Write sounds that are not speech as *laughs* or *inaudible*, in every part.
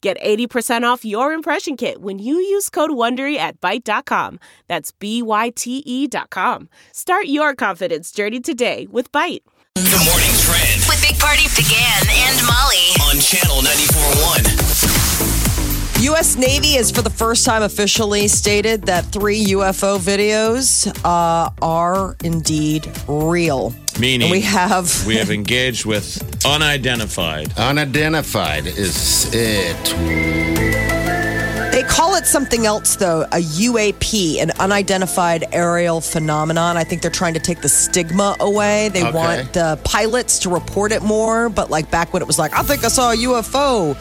Get 80% off your impression kit when you use code WONDERY at Byte.com. That's B-Y-T-E E dot com. Start your confidence journey today with Byte. The morning trend with Big Party began and Molly. on channel 941. U.S. Navy has, for the first time, officially stated that three UFO videos uh, are indeed real. Meaning And we have we have engaged with unidentified. Unidentified is it. They call it something else, though a UAP, an unidentified aerial phenomenon. I think they're trying to take the stigma away. They Okay. want the pilots to report it more. But, like, back when it was like, I think I saw a UFO,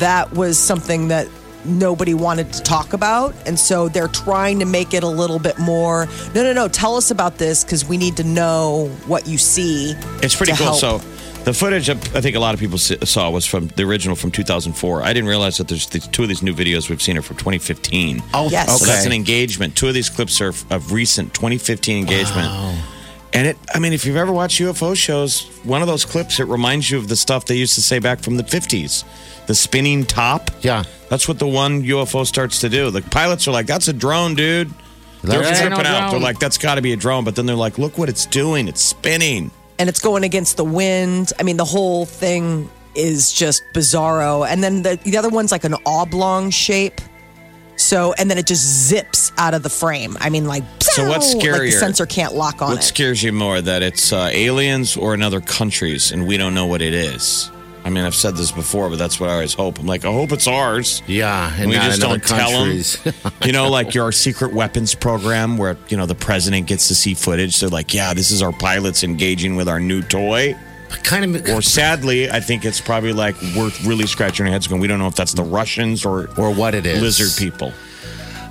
that was something that nobody wanted to talk about. And so they're trying to make it a little bit more no, no, no, tell us about this because we need to know what you see. It's pretty to cool. help. So the footage of- I think a lot of people s- saw was from the original from 2004. I didn't realize that there's these, two of these new videos we've seen are from 2015. Oh, Yes. So that's an engagement. Two of these clips are f- of recent 2015 engagement. And it, I mean, if you've ever watched UFO shows, one of those clips, it reminds you of the stuff they used to say back from the 50s. The spinning top. Yeah. That's what the one UFO starts to do. The pilots are like, that's a drone, dude. They're That's tripping no out. They're drone. like, that's got to be a drone. But then they're like, look what it's doing. It's spinning. and it's going against the wind. I mean, the whole thing is just bizarro. And then the, the other one's like an oblong shape. So, and then it just zips out of the frame. I mean, like, So what's like the scarier? sensor can't lock on What it. scares you more, that it's uh, aliens or in other countries and we don't know what it is? I mean, I've said this before, but that's what I always hope. I'm like, I hope it's ours. Yeah, and we not just in other don't tell them. countries. *laughs* *laughs* you know, like your secret weapons program where, you know, the president gets to see footage. They're like, yeah, this is our pilots engaging with our new toy. kind of. Or sadly, I think it's probably like we're really scratching our heads going, we don't know if that's the Russians or, Or what it is. lizard people.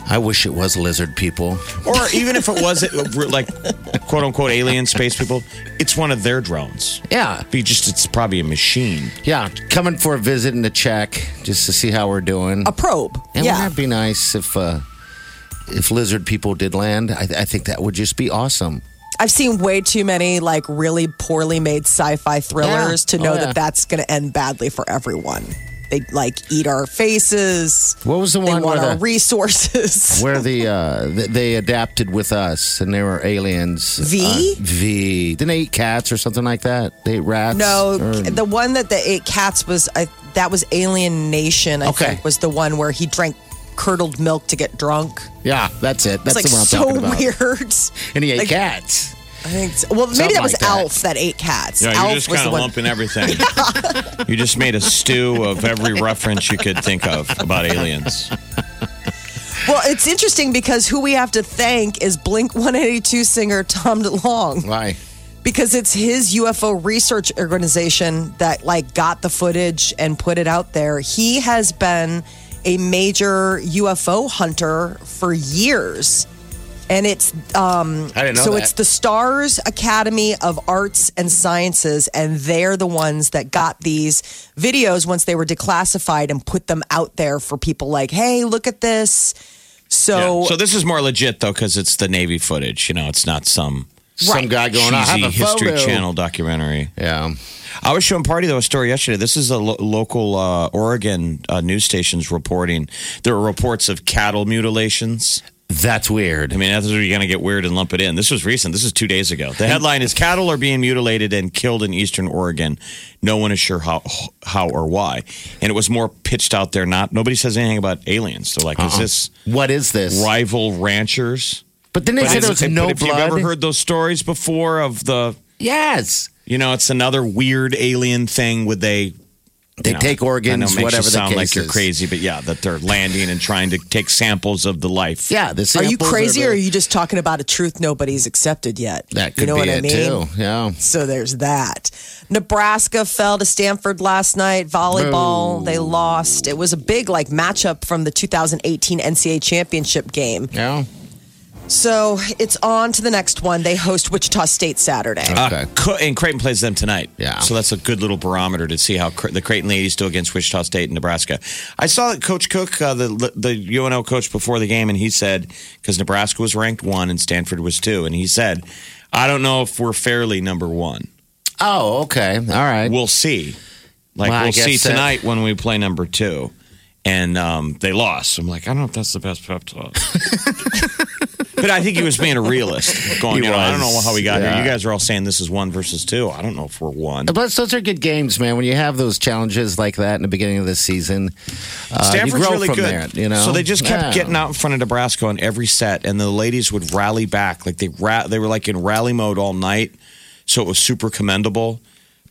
I wish it was lizard people. Or even if it was *laughs* like quote unquote alien space people, it's one of their drones. Yeah. Be just it's probably a machine. Yeah, coming for a visit and a check just to see how we're doing. A probe. And yeah. wouldn't that be nice if uh, if lizard people did land? I, I think that would just be awesome. I've seen way too many like really poorly made sci-fi thrillers to Yeah. know Oh, yeah. that that's going to end badly for everyone. They like eat our faces. What was the They one want where our the- resources. *laughs* Where the uh, th- they adapted with us, and they were aliens. V? Uh, v. Didn't they eat cats or something like that? They ate rats. No, or- the one that the eight cats was I, that was Alien Nation. I Okay. think was the one where he drank curdled milk to get drunk. yeah, that's it. It's That's like the one I'm so talking about. weird. And he ate Like- cats. *laughs* I think so. well maybe that was like that. Alf that ate cats. Yeah, Alf you're just was kind the of one. lumping everything. *laughs* you just made a stew of every reference you could think of about aliens. Well, it's interesting because who we have to thank is Blink 182 singer Tom DeLonge. Why? because it's his UFO research organization that like got the footage and put it out there. He has been a major UFO hunter for years. And it's um I didn't know so that. it's the Stars Academy of Arts and Sciences and they're the ones that got these videos once they were declassified and put them out there for people like, "Hey, look at this." So, Yeah. So this is more legit though because it's the Navy footage. You know, it's not some Some guy going, I have cheesy a History photo." Channel documentary. Yeah. I was showing Party though a story yesterday. This is a lo- local uh, Oregon uh, news stations reporting. There are reports of cattle mutilations. That's weird. I mean, that's where you're going to get weird and lump it in. This was recent. This is two days ago. The headline is Cattle are being mutilated and killed in eastern Oregon. No one is sure how how or why. And it was more pitched out there. Not Nobody says anything about aliens. They're like, Uh-uh. is this what is this? rival ranchers? But then they But said there it's- was no if you've blood. ever heard those stories before of the, yes. you know, it's another weird alien thing. Would they They know, take I know it organs, makes whatever you the sound case like you're is. crazy, but yeah, that they're landing and trying to take samples of the life. Uh, Yeah, the Are you samples crazy the- or are you just talking about a truth nobody's accepted yet? that could you know what be it I mean? too? Yeah. So there's that. Nebraska fell to Stanford last night. Volleyball, they lost. It was a big like matchup from the 2018 NCAA championship game. Yeah. So it's on to the next one. They host Wichita State Saturday. Uh, Okay. Cre- and Creighton plays them tonight. Yeah. So that's a good little barometer to see how Cre- the Creighton ladies do against Wichita State and Nebraska. I saw that Coach Cook, uh, the the UNO coach, before the game, and he said because Nebraska was ranked one and Stanford was two, and he said, "I don't know if we're fairly number one. Oh, okay. All right. We'll see. Like Well, I we'll see guess that- tonight when we play number two, and um, they lost. I'm like, I don't know if that's the best pep talk." *laughs* But I think he was being a realist. Going, He you know, I don't know was, how we got yeah. here. You guys are all saying this is one versus two. I don't know if we're one. Plus, Uh, those are good games, man. When you have those challenges like that in the beginning of the season, uh, you Stanford's grow really from good. There, you know, So they just kept Yeah. getting out in front of Nebraska on every set, and the ladies would rally back. Like they ra- they were like in rally mode all night, so it was super commendable.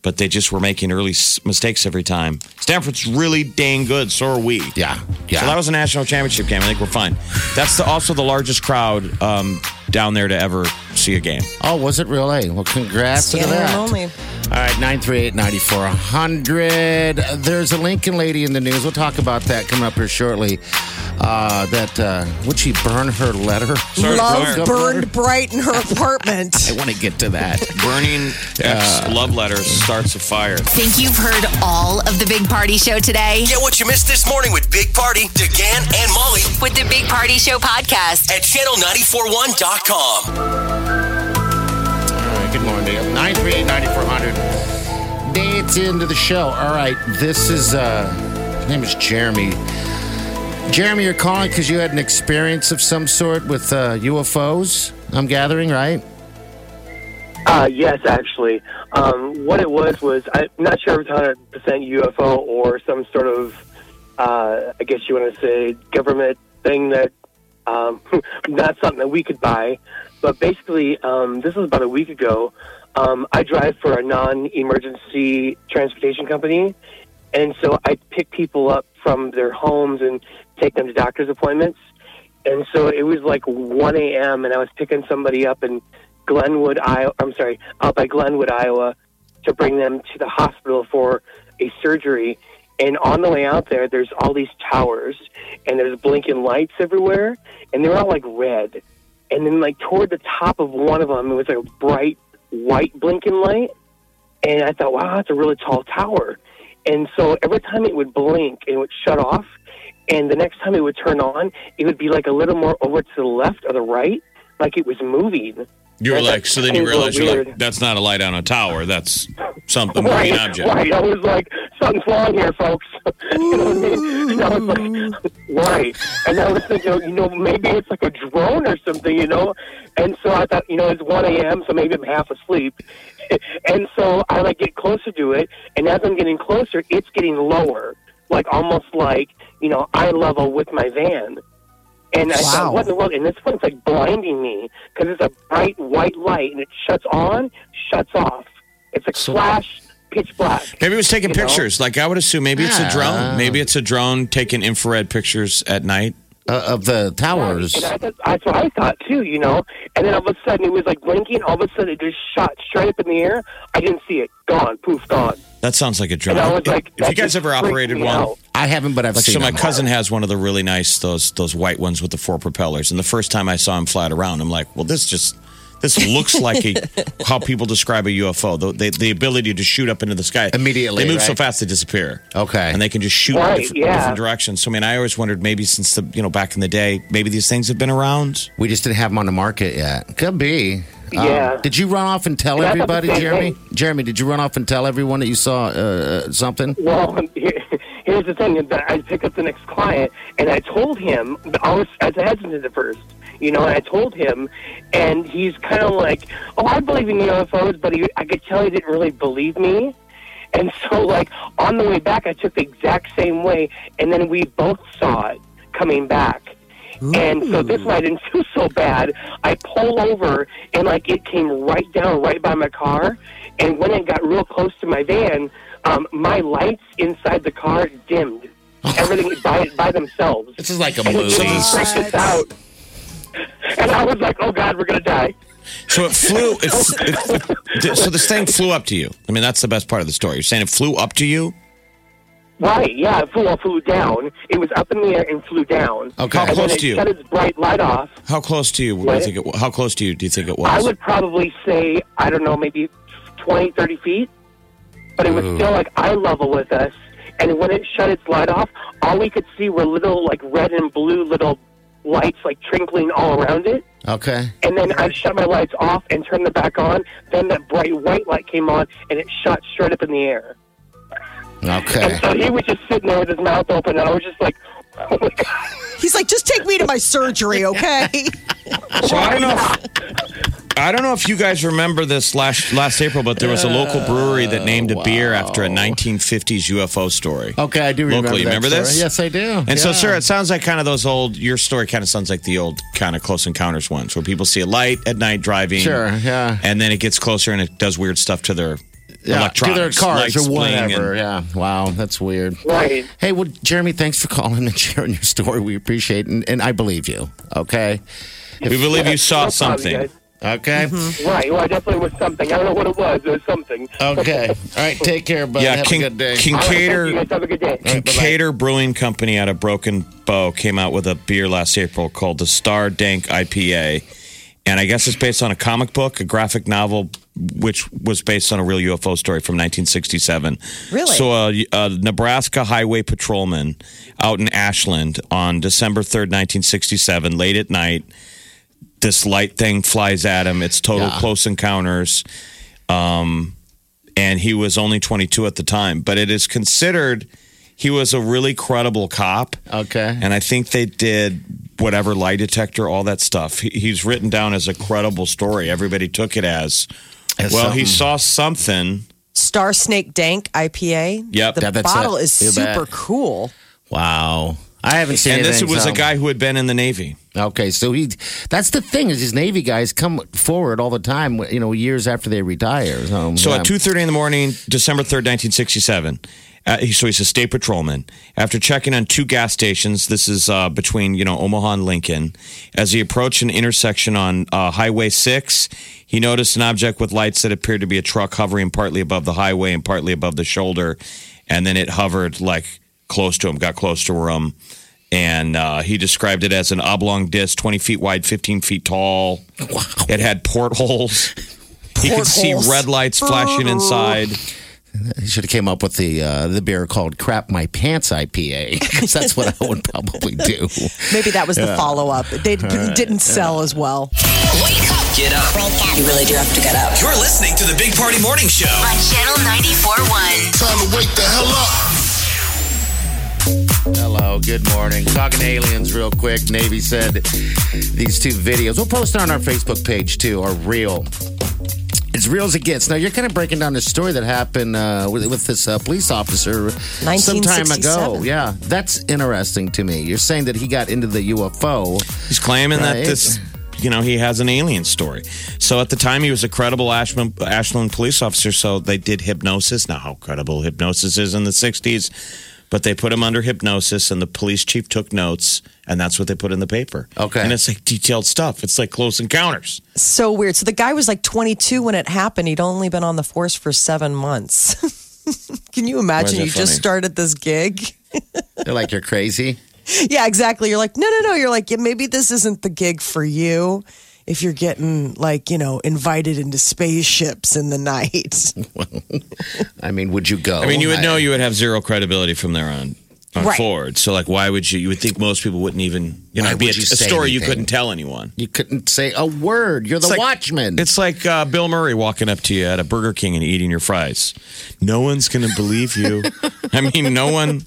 But they just were making early s- mistakes every time. Stanford's really dang good. So are we. Yeah, yeah. So that was a national championship game. I think we're fine. That's the, also the largest crowd um, down there to ever see a game. oh, was it really? Well, congrats to Stanford that. only. All right, 938-9400. There's a Lincoln lady in the news. We'll talk about that coming up here shortly. Uh, that uh, would she burn her letter? Sorry, Brian. Love burned bright in her apartment. *laughs* I want to get to that. Burning ex love letters starts a fire. Think you've heard all of the Big Party Show today? Get what you missed this morning with Big Party, DeGan, and Molly With the Big Party Show podcast. at channel941.com. All right, good morning. 938-9400. Dates into the show. All right, this is uh his name is Jeremy. Jeremy, you're calling because you had an experience of some sort with uh, UFOs. I'm gathering, right? Uh, yes, actually. Um, what it was was I'm not sure if it's 100% UFO or some sort of, uh, I guess you want to say, government thing that um, *laughs* not something that we could buy. But basically, um, this was about a week ago. Um, I drive for a non-emergency transportation company, and so I pick people up from their homes and take them to doctor's appointments. And so it was like 1 a.m. and I was picking somebody up in Glenwood, Iowa. I'm sorry, out by Glenwood, Iowa, to bring them to the hospital for a surgery. And on the way out there, there's all these towers and there's blinking lights everywhere, and they're all like red. And then like toward the top of one of them, it was like a bright white blinking light. And I thought, wow, that's a really tall tower. And so every time it would blink, it would shut off. And the next time it would turn on, it would be like a little more over to the left or the right, like it was moving. You were That's like, so then you super realize you're like, weird. that's not a light on a tower. That's *laughs* something right, moving object. right. I was like, something's wrong here, folks. *laughs* you know what I mean? And I was like, right. And I was thinking, you know, maybe it's like a drone or something, you know. And so I thought, you know, it's one a.m., so maybe I'm half asleep. *laughs* and so I like get closer to it, and as I'm getting closer, it's getting lower, like almost like you know eye level with my van. And I Wow. thought, what in the world? And this one's like blinding me because it's a bright white light and it shuts on, shuts off. It's like flash, pitch black. Maybe it was taking You know? pictures. Like I would assume, maybe it's a drone. Ah. Maybe it's a drone taking infrared pictures at night. Uh, of the towers. And I thought, that's what I thought too, you know. And then all of a sudden it was like blinking. All of a sudden it just shot straight up in the air. I didn't see it. Gone. Poof. Gone. That sounds like a drone. And I was If- like, if that you guys just ever freaked operated me one, out. I haven't, but I've like seen so, my them. cousin has one of the really nice those those white ones with the four propellers. And the first time I saw him fly it around, I'm like, well, this just this looks like *laughs* a, how people describe a UFO. The, the the ability to shoot up into the sky Immediately, They move so right? fast they disappear. Okay. and they can just shoot Right, different, yeah. different directions. So I mean, I always wondered maybe since the you know back in the day, maybe these things have been around. We just didn't have them on the market yet. Could be. Um, Yeah. did you run off and tell Yeah, I thought the everybody, same Jeremy? thing. Jeremy, did you run off and tell everyone that you saw uh, uh, something? Well, *laughs* here, here's the thing: is that I pick up the next client, and I told him I was I was hesitant at first, you know, and I told him, and he's kind of like, "Oh, I believe in UFOs," but he, I could tell he didn't really believe me. And so, like on the way back, I took the exact same way, and then we both saw it coming back. And so this one I didn't feel so bad. I pull over and like it came right down right by my car And when it got real close to my van, um, my lights inside the car *laughs* dimmed. Everything by, by themselves. This is like a And it movie. really freaked us out. And I was like, oh, God, we're going to die. So it flew. It, it, it- so this thing flew up to you. I mean, that's the best part of the story. You're saying it flew up to you. Right, yeah, it flew, well, flew down. It was up in the air and flew down. Okay. How And close then it to you? shut its bright light off. How close to you? Do you What? think it, wa- how close to you do you think it was? I would probably say, I don't know, maybe 20, 30 feet. But it was still like eye level with us. And when it shut its light off, all we could see were little, like, red and blue little lights, like, twinkling all around it. Okay. And then I shut my lights off and turned them back on. Then that bright white light came on and it shot straight up in the air. Okay. And so he was just sitting there with his mouth open, and I was just like, oh my God. He's like, just take me to my surgery, okay? *laughs* So I don't *laughs* know. If, I don't know if you guys remember this last last April, but there was a local Uh, brewery that named a beer after a 1950s UFO story. Okay, I do remember Locally, that remember story. this? Yes, I do. And so, sir, it sounds like kind of those old. Your story kind of sounds like the old kind of close encounters ones, where people see a light at night driving. Sure, yeah. And then it gets closer and it does weird stuff to their yeah, to electronics, their cars lights or bling and- whatever. Yeah. Wow, that's weird. Right. Hey, well, Jeremy, thanks for calling and *laughs* sharing your story. We appreciate it, and, and I believe you. Okay. we believe you saw No problem, something. guys. Okay. Right. Well, I definitely was something. I don't know what it was. It was something. Okay. All right. Take care, buddy. yeah, Have Kin- a good day. All right, thank Kincaidor. you guys. Have a good day. Cater Brewing Company out of Broken Bow came out with a beer last April called the Star Dank IPA. And I guess it's based on a comic book, a graphic novel, which was based on a real UFO story from 1967. Really? So a, a Nebraska highway patrolman out in Ashland on December 3rd, 1967, late at night, this light thing flies at him. It's total Yeah. close encounters. Um, and he was only 22 at the time, but it is considered he was a really credible cop. Okay. And I think they did whatever lie detector, all that stuff. He, he's written down as a credible story. Everybody took it as, As well, he something. saw something. Star Snake Dank IPA. Yep. The Yeah, that's bottle it. is You bet. super cool. Wow. I haven't seen And this anything, was so- a guy who had been in the Navy. Okay, so he that's the thing is these Navy guys come forward all the time, you know, years after they retire. So, So yeah. at two thirty in the morning, December third, nineteen sixty-seven. Uh, he- so he's a state patrolman. After checking on two gas stations, this is uh, between you know Omaha and Lincoln. As he approached an intersection on uh, Highway Six, he noticed an object with lights that appeared to be a truck hovering partly above the highway and partly above the shoulder, and then it hovered like close to him, got close to him, and uh, he described it as an oblong disc, twenty feet wide, fifteen feet tall. It had portholes. He could see Portholes. red lights flashing inside. He should have came up with the uh, the beer called "Crap My Pants" *laughs* IPA because that's what I would probably do. Maybe that was the follow up. They didn't sell as well. Wake up. Get up. You really do have to get up. You're listening to the Big Party Morning Show. On Channel 94.1. Time to wake the hell up. Hello, good morning. Talking aliens real quick. Navy said these two videos. We'll post it on our Facebook page too. Are real. It's real as it gets. Now you're kind of breaking down the story that happened uh, with, with this uh, police officer some time ago. 1967. Yeah, that's interesting to me. You're saying that he got into the UFO. He's claiming that Right. this, you know, he has an alien story. So at the time, he was a credible Ashland, Ashland police officer. So they did hypnosis. Now, how credible hypnosis is in the 60s, but they put him under hypnosis, and the police chief took notes, and that's what they put in the paper. Okay. And it's like detailed stuff, it's like close encounters. So weird. So the guy was like 22 when it happened. He'd only been on the force for seven months. *laughs* Can you imagine? that You just funny? started this gig. *laughs* They're like you're crazy. Yeah, exactly. You're like, no, no, no. You're like, yeah, maybe this isn't the gig for you if you're getting like, you know, invited into spaceships in the *laughs* night. I mean, would you go? I mean, you would know you would have zero credibility from there on. On Right. forward, so like, why would you? You would think most people wouldn't even, you know, Why it'd be a, would you a say story you anything? couldn't tell anyone. You couldn't say a word. You're the It's like- watchman. It's like uh, Bill Murray walking up to you at a Burger King and eating your fries. No one's going to believe you. *laughs* I mean, no one.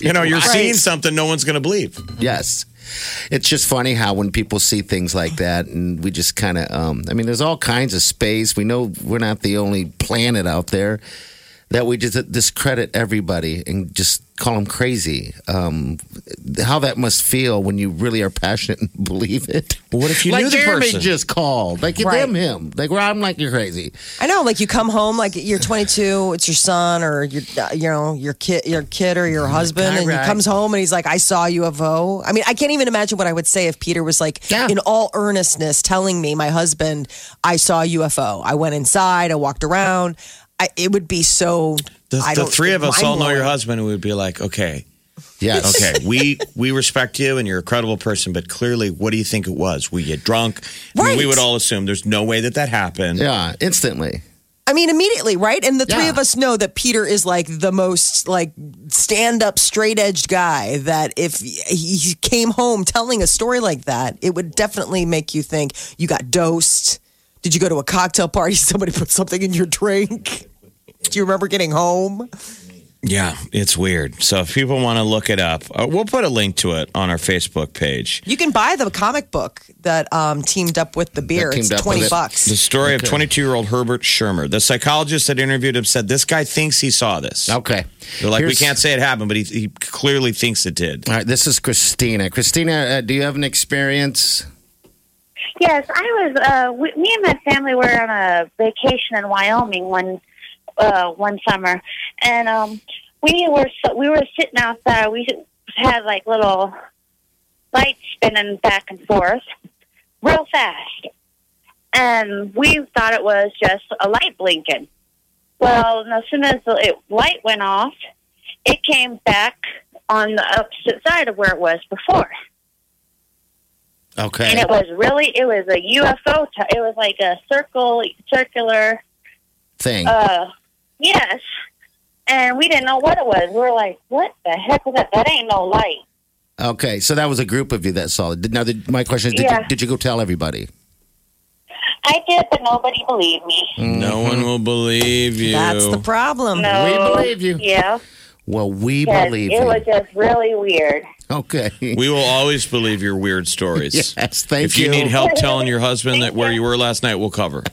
You know, you're Right. seeing something no one's going to believe. Yes. It's just funny how when people see things like that, and we just kind of, um, I mean, there's all kinds of space. We know we're not the only planet out there. that we just discredit everybody and just call them crazy. Um, how that must feel when you really are passionate and *laughs* believe it. But what if you like knew the Jeremy person? just called, like Right. damn him, like well, I'm like you're crazy. I know, like you come home, like you're 22, it's your son or your, uh, you know, your kid, your kid or your husband, and Correct. he comes home and he's like, "I saw UFO." I mean, I can't even imagine what I would say if Peter was like, Yeah. in all earnestness, telling me, "My husband, I saw UFO. I went inside. I walked around." I, it would be so. The, I the don't- three of us all know your mind-blowing. husband, and we would be like, okay, Yes. *laughs* okay, we we respect you, and you're a credible person, but clearly, what do you think it was? Were you drunk? I mean, we Right. would all assume there's no way that that happened. Yeah. Instantly. I mean, immediately, right? And the three Yeah. of us know that Peter is like the most like stand up, straight edged guy. That if he came home telling a story like that, it would definitely make you think you got dosed. Did you go to a cocktail party? *laughs* Somebody put something in your drink. *laughs* Do you remember getting home? Yeah, it's weird. So if people want to look it up, uh, we'll put a link to it on our Facebook page. You can buy the comic book that um, teamed up with the beer. That It's teamed up twenty with it. bucks. The story of 22 year old Herbert Shermer. The psychologist that interviewed him said this guy thinks he saw this. Okay. They're like, we Here's- can't say it happened, but he, he clearly thinks it did. All right. This is Christina. Christina, uh, do you have an experience? Yes, I was. Uh, we, me and my family were on a vacation in Wyoming one uh, one summer, and um, we were so, we were sitting outside. We had like little lights spinning back and forth real fast, and we thought it was just a light blinking. Well, as soon as the it, light went off, it came back on the opposite side of where it was before Okay. and it was really it was a UFO. T- it was like a circle, circular. Thing. Uh, yes, and we didn't know what it was. We were like, "What the heck was that? That ain't no light." Okay, so that was a group of you that saw it. Did- Now, the, my question is, did, Yeah. you, did you go tell everybody? I did, but nobody believed me. Mm. No one will believe you. That's the problem. No, We believe you. Yeah, Well, we yes, believe it you. was just really weird. okay. we will always believe your weird stories. *laughs* yes, thank if you, you. need help telling your husband that where you were last night, we'll cover.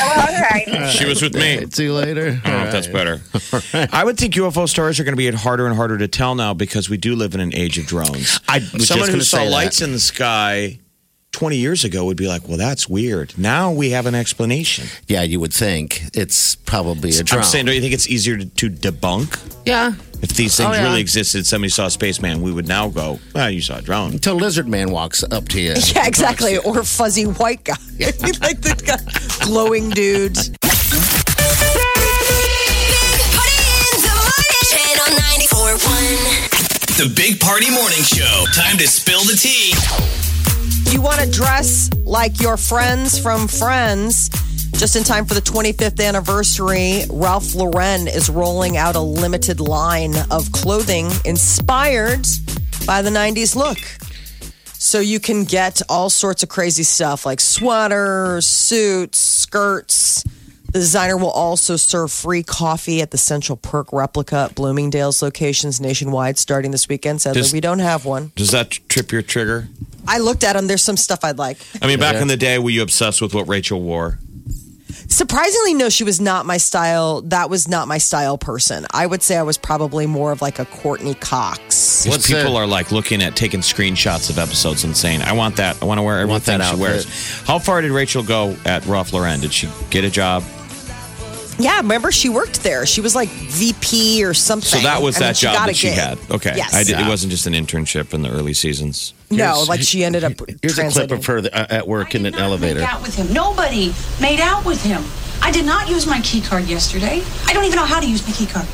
All right. She was with me. See you later. I don't know if that's better. *laughs* I would think UFO stories are going to be harder and harder to tell now because we do live in an age of drones. I was just Someone who gonna saw say that. lights in the sky 20 years ago would be like, well, that's weird. Now we have an explanation. Yeah, you would think it's probably a drone. I'm saying, don't you think it's easier to, to debunk? yeah, If these things Oh, yeah. really existed, somebody saw a spaceman, we would now go, well, you saw a drone. until Lizard Man walks up to you. *laughs* Yeah, exactly. Or fuzzy white guy, *laughs* like the guy, glowing dude. Channel 94.1. The Big Party Morning Show. Time to spill the tea. You want to dress like your friends from Friends. Just in time for the 25th anniversary, Ralph Lauren is rolling out a limited line of clothing inspired by the 90s look. So you can get all sorts of crazy stuff like sweaters, suits, skirts. The designer will also serve free coffee at the Central Perk replica at Bloomingdale's locations nationwide starting this weekend. Sadly, Does- we don't have one. Does that trip your trigger? I looked at them. There's some stuff I'd like. I mean, back in the day, were you obsessed with what Rachel wore? Surprisingly, no, she was not my style. That was not my style person. I would say I was probably more of like a Courtney Cox. Because What's people that? are like looking at taking screenshots of episodes and saying, "I want that. I want to wear want everything that she wears." outfit. How far did Rachel go at Ralph Lauren? Did she get a job? Yeah, remember she worked there. She was like VP or something. So that was I mean, that job got a that she gig. had. Okay, Yes. I did, it wasn't just an internship in the early seasons. no, like she ended up. Here's a clip translating. of her th- uh, at work in did an not elevator. Make out with him. Nobody made out with him. I did not use my key card yesterday. I don't even know how to use my key card.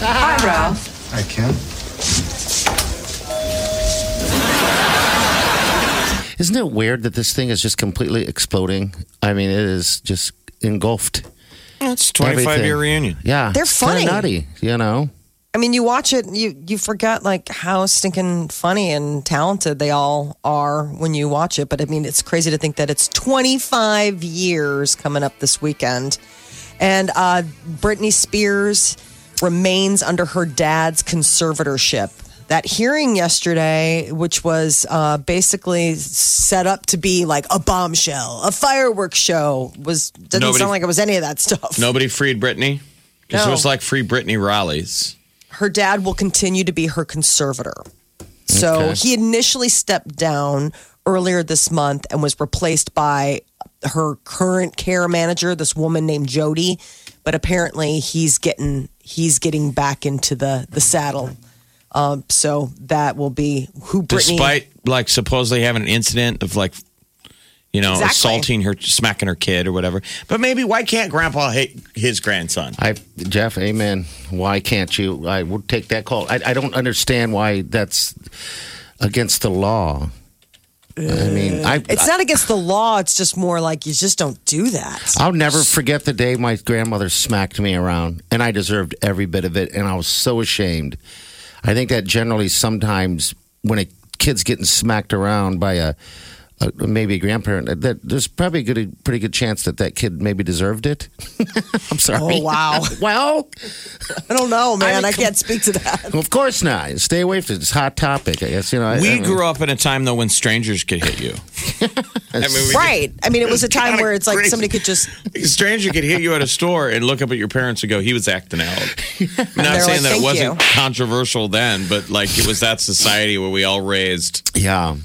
Hi, Ralph. I can. Isn't it weird that this thing is just completely exploding? I mean, it is just engulfed. That's twenty-five year everything. reunion. Yeah, They're it's kinda funny. nutty, you know. I mean, you watch it, and you you forget like how stinking funny and talented they all are when you watch it. But I mean, it's crazy to think that it's 25 years coming up this weekend, and uh, Britney Spears remains under her dad's conservatorship. that hearing yesterday, which was uh, basically set up to be like a bombshell, a fireworks show, was didn't Nobody- sound like it was any of that stuff. Nobody freed Britney because it No. was like free Britney rallies. her dad will continue to be her conservator. So Okay. he initially stepped down earlier this month and was replaced by her current care manager, this woman named Jody. But apparently, he's getting he's getting back into the the saddle. Um, so that will be who Brittany. despite like supposedly having an incident of like you know Exactly. assaulting her smacking her kid or whatever but maybe why can't grandpa hit his grandson I, Jeff, amen. Why can't you? I would take that call. I, I don't understand why that's against the law. I mean, I, Uh, it's not against the law. It's just more like you just don't do that. I'll never forget the day my grandmother smacked me around, and I deserved every bit of it, and I was so ashamed. I think that generally sometimes when a kid's getting smacked around by a, a maybe a grandparent, that, that there's probably a good, pretty good chance that that kid maybe deserved it. *laughs* I'm *laughs* sorry. Oh wow! Well, I don't know, man. mean, I, come- can't speak to that. of course not. Stay away from this hot topic. I guess you know. we grew up in a time though when strangers could hit you I mean, we Right? I mean, it was a time kinda where it's like crazy. somebody could just could- a *laughs* stranger could hit you at a store and look up at your parents and go he was acting out I'm not they're saying like, that it "Thank wasn't you." controversial then but like it was that society where we all raised Yeah.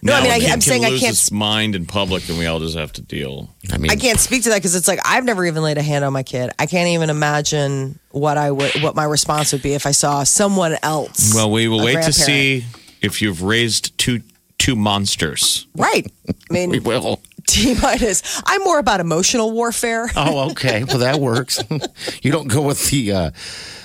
No, I Now mean, a I- kid I'm can saying I lose can't his mind in public and we all just have to deal I mean, I can't speak to that because it's like I've never even laid a hand on my kid. I can't even imagine what I would, what my response would be if I saw someone else. well we will a wait to grandparent. see if you've raised two two monsters Right. I We mean, will. *laughs* T minus. I'm more about emotional warfare. Oh, okay. Well, that works. *laughs* you don't go with the uh,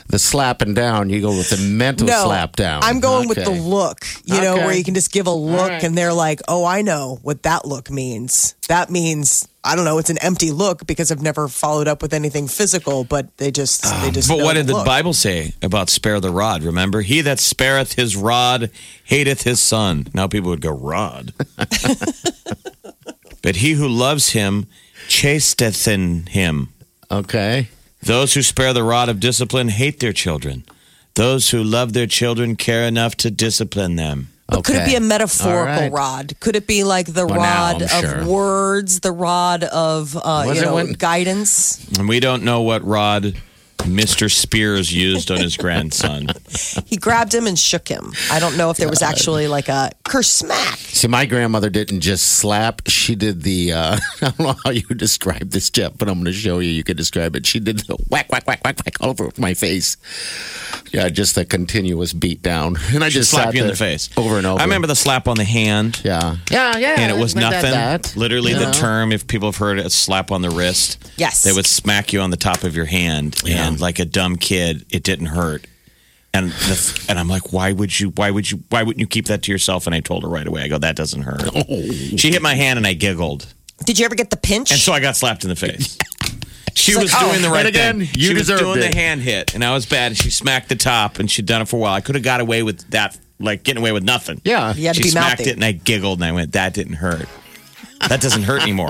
the slapping down. You go with the mental No, slap down. I'm going with the Okay. look. You know, Okay. where you can just give a look, right. and they're like, "Oh, I know what that look means. That means I don't know. It's an empty look because I've never followed up with anything physical, but they just Ah, they just. But know what did the look. Bible say about spare the rod? Remember, he that spareth his rod hateth his son. Now people would go, rod. *laughs* but he who loves him chasteth him. Okay. Those who spare the rod of discipline hate their children. Those who love their children care enough to discipline them. But could it Okay. be a metaphorical All right. rod? Could it be like the Well, now rod I'm of sure. words, the rod of uh, Was you it know when- guidance? And we don't know what rod Mr. Spears used on his grandson. He grabbed him and shook him. I don't know if there was actually like a curse smack. See, my grandmother didn't just slap. She did the, uh, *laughs* I don't know how you would describe this, Jeff, but I'm going to show you. You can describe it. She did the whack, whack, whack, whack, whack all over my face. Yeah, just a continuous beat down. And I *laughs* just Slap sat you in there the face. Over and over. I remember the slap on the hand. Yeah. Yeah, yeah. and it was we did nothing. that. Literally, Yeah. the term, if people have heard it, a slap on the wrist. Yes. They would smack you on the top of your hand. Yeah. And like a dumb kid, it didn't hurt. And the, and I'm like, why would you? Why would you? Why wouldn't you keep that to yourself? And I told her right away. I go, that doesn't *laughs* hurt. Oh. She hit my hand, and I giggled, Did you ever get the pinch? and so I got slapped in the *laughs* face. She was like, oh, doing the right and again, thing. you she was deserved doing it. the hand hit, and I was bad. And she smacked the top, and she'd done it for a while. I could have got away with that, like getting away with nothing Yeah. You had to she be smacked mouthy. it and I giggled and I went, that didn't hurt. That doesn't hurt *laughs* anymore.